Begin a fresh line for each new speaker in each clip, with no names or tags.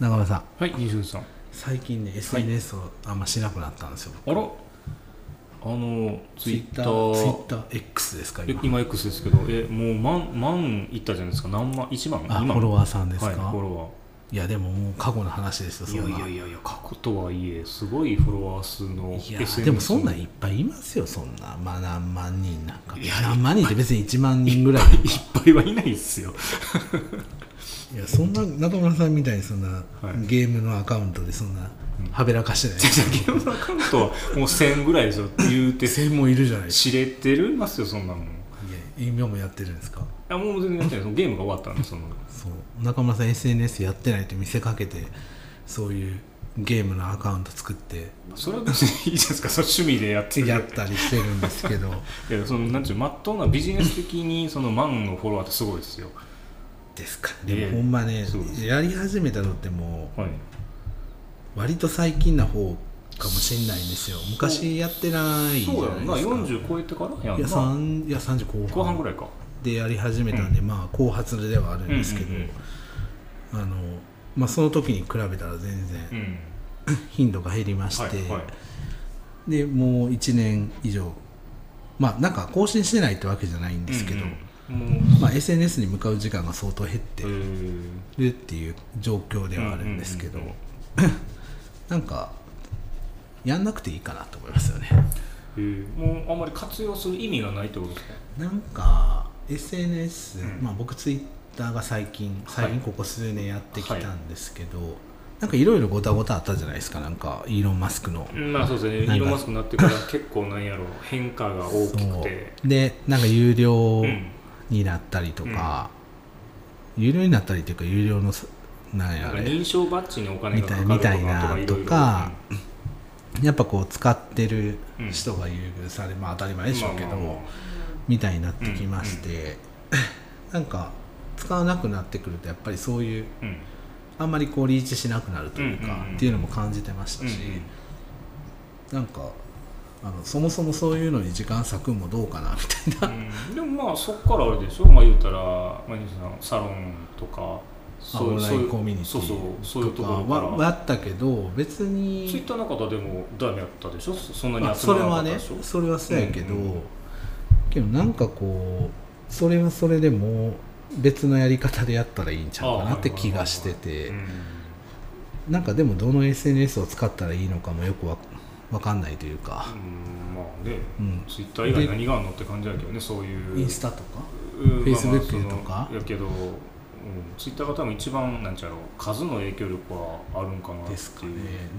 中村さん
はい西口さん
最近ね SNS をあんましなくなったんですよ、
あらあのツイッター
ツイッター X ですか
え
今
今 X ですけどえもう万万いったじゃないですか何万1万
あ
2
フ
万
ォロワーさんですか、
はいフォロ
い、やでももう過去の話ですよ
ワ
そん
ー
ない
やいやいやいや過去とはいえすごいフォロワー数の
い
SNS
やでもそんなんいっぱいいますよそんなまあ何万人なんか
いや
何万人って別に1万人ぐらい
いっぱいはいないですよ
いやそんな中村さんみたいにそんな、
はい
ゲームのアカウントでそんなはべらかしてない、
ゲームのアカウントはもう1000ぐらいですよ言うて
専門いるじゃないですか
知れてるますよそんなもんい
いや今もやってるんですか
やもう全然やってないそのゲームが終わったんでその
そう中村さん SNS やってないと見せかけてそういうゲームのアカウント作って
それは別にいいじゃないですかその趣味でやってる
やったりしてるんです けど
いやそのなんていうまっとうなビジネス的にそのマンのフォロワーってすごいですよ
ですか
い
で
や
もほんまね
そうです
やり始めたのっても
はいう
割と最近な方かもしんないんですよ昔やってないじゃ
そうや
なんい
な
ですか
40超えてからやん
いや
な
3いや30後半
後半ぐらいか
でやり始めたんで、まあ後発ではあるんですけど、
うんうん
あのまあその時に比べたら全
う
然
ん
頻度が減りまして、
はいはい
でもう1年以上まあなんか更新してないってわけじゃないんですけど、
うんうんもう
まあ、SNS に向かう時間が相当減って
えー
るっていう状況ではあるんですけど、
うんうんうん
なんかやんなくていいかなと思いますよね
えーもうあんまり活用する意味がないってことですか
なんか SNS、
うん
まあ、僕ツイッターが最近最近
はい
ここ数年やってきたんですけど、なんかいろいろごたごたあったじゃないですかなんかイーロン・マスクの
うんまあそうですねイ
なんか
ーロン・マスクになってから結構なん やろ変化が大きくて
そうでなんか有料
うん
になったりとか、有料になったりというか有料のさなんや
な
あ
んか
れ
認証バッジにお金がかかる
みたいみたいな
とかいろいろ
とかやっぱこう使ってる
うん
人が優遇され、まあ当たり前でしょうけど、
まあまあまあ
みたいになってきまして、なんか使わなくなってくるとやっぱりそういう
うんうん
あんまりこうリーチしなくなるというか、
うんうんうん
っていうのも感じてましたし、なんかあのそもそもそういうのに時間割くんもどうかなみたいな
うんでもまあそこからあれでしょまあ言うたら、まあ、西野さんサロンとか
あオンラインコミュニテ
そうそうそういう
ィ
と
と
こ
か
ろか
は
ら
はあったけど別
ツイッ
に
ターの方でもダメやったでしょそそんな
まあ
に集
そ
ま
れ
らなか
は
った
ね
でしょ、
それはそうやけど、
うんうんうん
けどなんかこうそれはそれでも別のやり方でやったらいいんちゃうかなって気がしてて
うん
なんかでもどの SNS を使ったらいいのかもよくわわかんないというか、
うんまあね
うん、
ツイッター以外何があるのって感じだけどねそういう
インスタとか
うん
Facebook
まあまあ
とか
そのやけど、うん、ツイッターが多分一番なんちゃろう数の影響力はあるんかなっていう
ですかね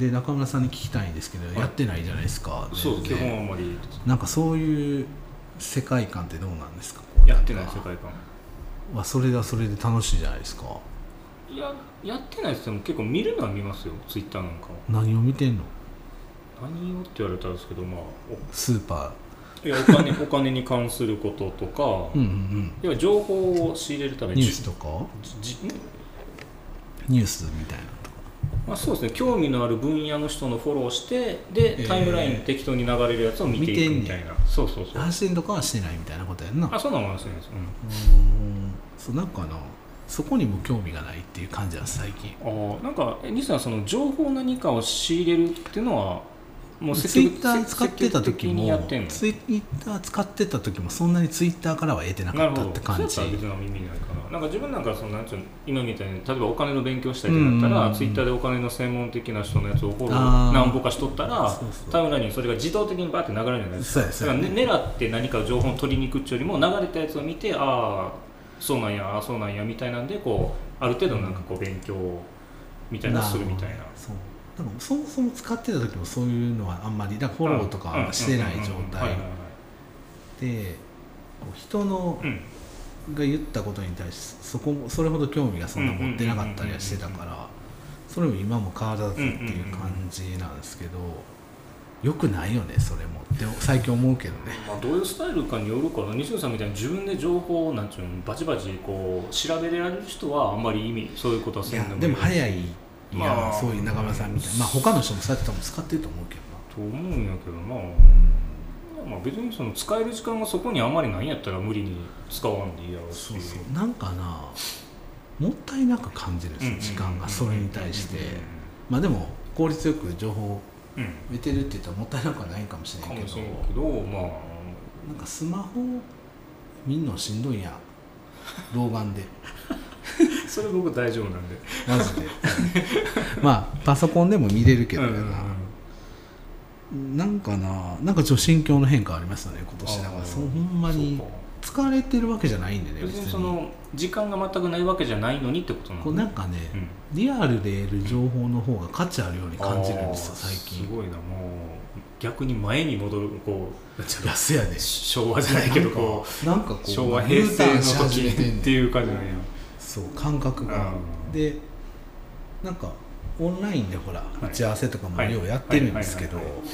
で中村さんに聞きたいんですけど、
い
やってないじゃないですか
そう基
全然
本あんまり
なんかそういう世界観ってどうなんですか
やってない世
か
界観
はそれはそれで楽しいじゃないですか
いややってないですでも結構見るのは見ますよツイッターなんかは
何を見てんの
何をって言われたんですけどまあ
スーパ
おいやお金お金に関することとか
ー、うんうんうん
いや情報を仕入れるため
ニ
に
ュースとか
じじ
ニュースみたいなのとか
まあ、そうですね興味のある分野の人のフォローしてで
えー
タイムラインに適当に流れるやつを見ていくみたいな、そうそうそう
発信とかはしてないみたいなことやんなう
あそんなもんはしないです、うん
ーんそうなんかなそこにも興味がないっていう感じなんです最近
あーなんかえ西さんその情報何かを仕入れるっていうのはもう
ツイ
積極
ッター使ってた時
積極的にや
も
ってんの
ツイッター使ってた時もそんなにツイッターからは得てな
な
か
る
っ
ほ
たっ
ど
て感じ
そうやったら別にあんま耳ないかななんか自分なんかそのなんていうの今みたいに例えばお金の勉強したりとかだったら、
うんうんうん
ツイッターでお金の専門的な人のやつをフォロ
あ
ー
ー
何本かしとったら
そうそう
タイムラインにそれが自動的にバーって流れるじゃないです
そうや
か
そう
だ
や
から、ね、狙って何か情報を取りに行くっちゅうよりも流れたやつを見てああそうなんやああそうなんやみたいなんでこうある程度なんかこう勉強みたいなのするみたいな
るほどそうだからそもそも使ってた時もそういうのはあんまりだからフォローとかはしてない状態でこう人の
うん
が言ったことに対してそこもそれほど興味がそんな持ってなかったりはしてたからそれも今も変わらずっていう感じなんですけどよくないよねそれもって最近思うけどね
まあ、どういうスタイルかによるから西野さんみたいに自分で情報をなんちゅうのバチバチこう調べられる人はあんまり意味そういうことはせんでもいい
でも早い
ま
や
あ
そういう中村さんみたいなまあ他の人もそうやって多分使ってると思うけどな
と思うんやけどな、まあ、別にその使える時間がそこにあんまりないんやったら無理に使わんでいいやろうし
そうそうなんかなもったいなく感じるんですよ時間がそれに対してまあでも効率よく情報を
うん
得てるって言ったらもったいなくはないんかもしれ
か
ないけ
も
ど
しれんけどまあ
なんかスマホ見んのしんどいや老眼で
それ僕大丈夫なんで
マジでまあパソコンでも見れるけどやな、
うんうんうん
なんかななんかちょっと心境の変化ありますよね今年だか
あ
ら
ー
そうほんまに
そうか
疲れてるわけじゃないんでね
別にその時間が全くないわけじゃないのにってことなの
こうなんかね、
うん
リアルで得る情報の方が価値あるように感じるんですよ
あー
最
す
近
ごいなもう逆に前に戻るこ
安やで
う昭和じゃないけどこ
うなんかこ
う
う
昭和平成の
U ターンし始
時
めてんねん
っていう感じなんや
そう感覚が
うん
でなんかオンラインでほら
い
打ち合わせとかもようやってるんですけど
はいはいはい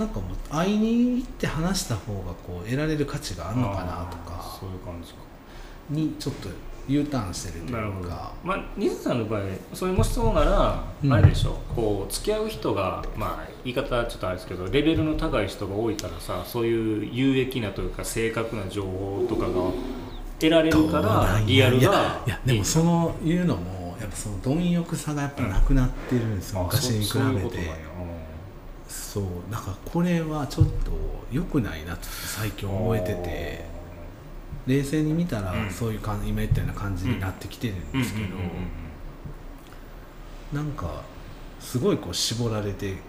なんかもう会いに行って話した方がこう得られる価値があるのかなと
あー
か
そういう感じか
にちょっと U ターンしてると
なる
い
ほ
う
ど
か
まあ水田さんの場合それもしそうなら、
うん
あれでしょこう付き合う人がまあ言い方はちょっとあれですけどレベルの高い人が多いからさそういう有益なというか正確な情報とかが得られるか
どうな
ら
んや
リアルが
いやいやで
い
も
い
そのいうのもやっぱその貪欲さがやっぱなくなってるんですよ、
あ
昔に比
そうそういう
べ
ことなんや
てそうだからこれはちょっと良くないなと最近思えてて冷静に見たら
うん
そういう感じ今言ったような感じになってきてるん
うん
ですけど、
うんうんうんうん
なんかすごいこう絞られてこ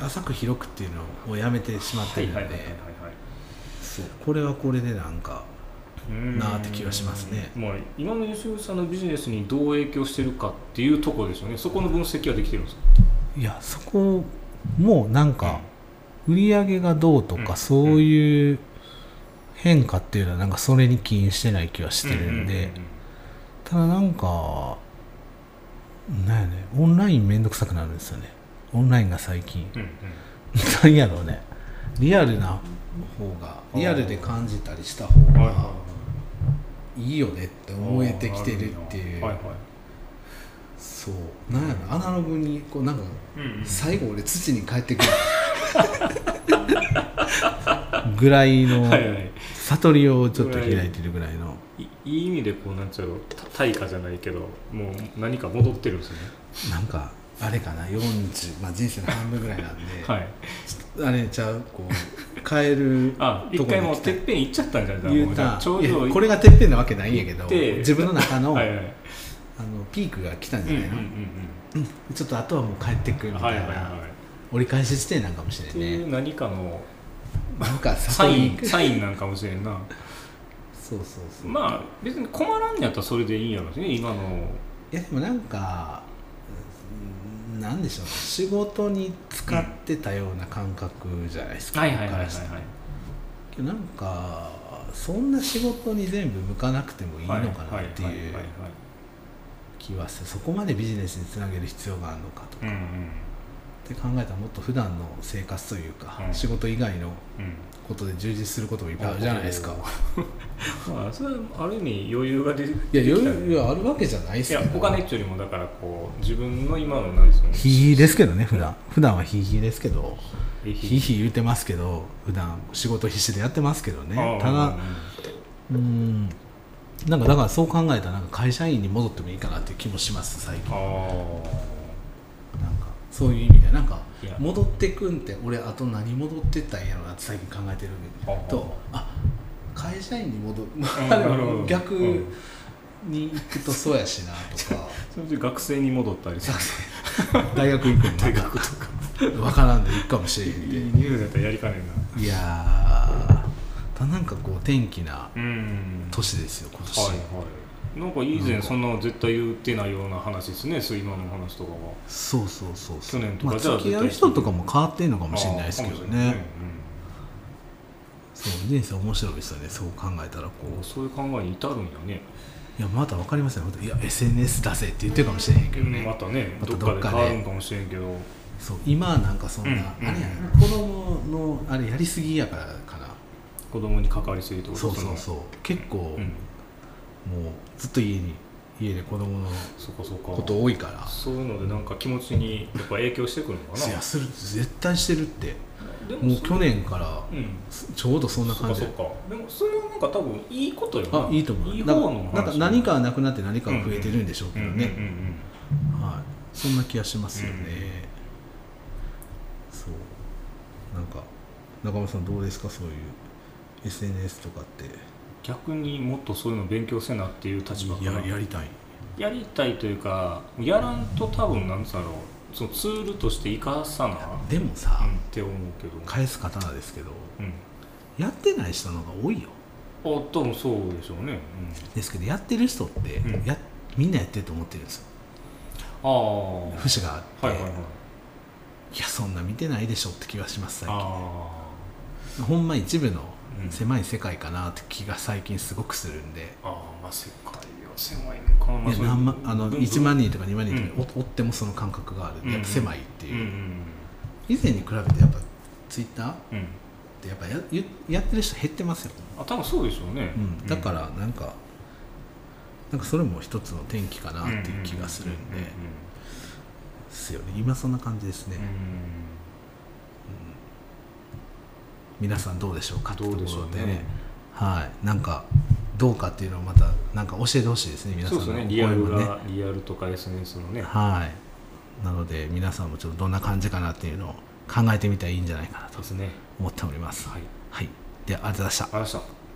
う、浅く広くっていうのをやめてしまってるので、
はいはいはいはいはい
そうこれはこれでなんか
うん
なあって気がしますね
まあ、今の吉口さんのビジネスにどう影響してるかっていうところですよねそこの分析はできてるんですか
いやそこもなんか売り上げがどうとか、
うん
そういう変化っていうのはなんかそれに起因してない気はしてるんで、
うう
ただなんかなんやねオンラインめんどくさくなるんですよねオンラインが最近
うんうん
なんやろうねリアルな方がリアルで感じたりした方
うんは
が
いはい
いよねって思えてきてるっていう、
はいはい
そうなんやろアナログにこうなんか
うんうん
最後俺土に帰ってくるぐらいの
はいはい
悟りをちょっと開いてるぐらいの
いいい意味でこうなんちゃうのた対価じゃないけどもう何か戻ってるんですね
なんかあれかな40、まあ、人生の半分ぐらいなんで、
はい
あれちゃうこう変える
あ
と
一
こ
回
に
も
来
うて
た
っぺん行っちゃったんじゃないか
言
も
う
うじゃ
た
あちょうど
いやこれがてっぺんなわけないんやけど
行って
自分の中の
はいはい
あのピークが来たん
う
じ
ん
ゃ
うん
な
う
い
ん
の、ちょっとあとはもう帰ってくる
うん
み
は
たい
いは
な、
いはい
折り返し地点なんかもし
っ
れ
て
ん
いう
ね
何かの
なんか
サ
悟
イ
り
ンサインなんかもしれんな
そうそうそう、
まあ別に困らんのやったらそれでいいんやろうしね今の
いやでもなんかうんなんでしょう仕事に使ってたような感覚じゃないですか、僕からしたらけどなんかそんな仕事に全部向かなくてもいいのかなっていう気はするそこまでビジネスにつなげる必要があるのかと
うんうん
って考えたらもっと普段の生活というか、
うん
仕事以外の
うん
ことで充実することもいっぱいあるじゃないですか
おまあそれはある意味余裕が出てき
い
た
や
よ
余裕はあるわけじゃないで
い
すけ
や
ど
お金っちゅうよりもだからこう自分の今のなんですよね
ヒーヒーですけどね普段普段はヒーヒーですけど
え
ヒーヒー言うてますけど普段仕事必死でやってますけどね
あ
た
あ
だうんなんかだからそう考えたらなんか会社員に戻ってもいいかなっていう気もします最近
あ
なんかそういう意味でなんか
いや
戻ってくんって俺あと何戻ってったんやろなって最近考えてるんでとあ会社員に戻る、ま
うん
あ、
なるほど
逆
うん
に行くとそうやしなとか
それで学生に戻ったりさ
大学行くの
大学とか
分からんで行くかもしれへ
い
ん
い
で
ニュースやったらやりかねえ
いやーただなんかこう天気な
なうん
年ですよ今年、
はいはいなんか以前そんな絶対言ってないような話ですねそう今の話とかは
そうそうそうそう
去年とか
まあ、
じゃあ
付き合う人とかも変わってんのかもしれないですけどね
ああかもしれないうん
そう人生面白いですよねそう考えたらこ
こう
う
そういう考えに至るんやね
いやまだ分かりませんいや SNS 出せって言ってるかもしれへんけどね、
またね
また
どっ
ど
か
っ
で
かで
変わるんかもしれんけど
そう今なんかそんな、
うん
あれや
う
な子供のあれやりすぎやからかな、
子供に関わりすぎってこと
そうそうそう結構、
うん
もうずっと家に家で子供の
そこそこ
こと多いから
そういうのでなんか気持ちにやっぱ影響してくるのか
いやする絶対してるって
なで
も
も
う去年から
うん
ちょうどそんな
そっ
感
か
じ
そっかでもそれはねか多分いいことよ
あ
な
いいと思う
いい
な
方
ん
の話
かなんか何かはなくなって何かが増えてるんでしょうけどね、
うんうんうん
はい、そんな気がしますよね、
うん
そうなんか中村さんどうですかそういう SNS とかって
逆にもっとそういうの勉強せなっていう立場から
ややりたい
やりたいというかやらんと多分なんつうだろうそのツールとして生かさな
でもさ、
うんって思うけど、
返す刀ですけど
うん、
やってない人の方が多いよ
あ多分そうでしょうね、
ですけどやってる人って、
うん
やみんなやってると思ってるんですよ
うん、ああ
節があって、
はいはいはい
いやそんな見てないでしょって気がします最
あ
近ほんま一部の
うん
狭い世界かなって気が最近すごくするんで、
ーあーまあ世界は狭いのかな、ま
いや
そういう
何万あの
文化
1万人とか2万人と
う
かお追ってもその感覚があるんでやっぱ狭いって
うんう
いうん以前に比べてやっぱツイッターっ
うんうん
てやっぱやゆやってる人減ってますよ、
あ多分そうでしょうね、
うん、だからなんかなんかそれも一つの転機かな
うん
っていう気がするんで
うう
ですよね今そんな感じですね
うんうん
皆さんどうでしょうかってとこ
どう
ろ
でし
で
ょうね
ねはいなんかどうかっていうのをまたなんか教えてほしいですね
うん
皆さ
そ
ん
うで
の
すねリア
声
ル
もね
がリアルとか SNS のね
はいなので皆さんもちょっとどんな感じかなっていうのを考えてみたらいいんじゃないかなと
ですね
思っております。
はい
はい、ではありがとうございました。
ありがとうございました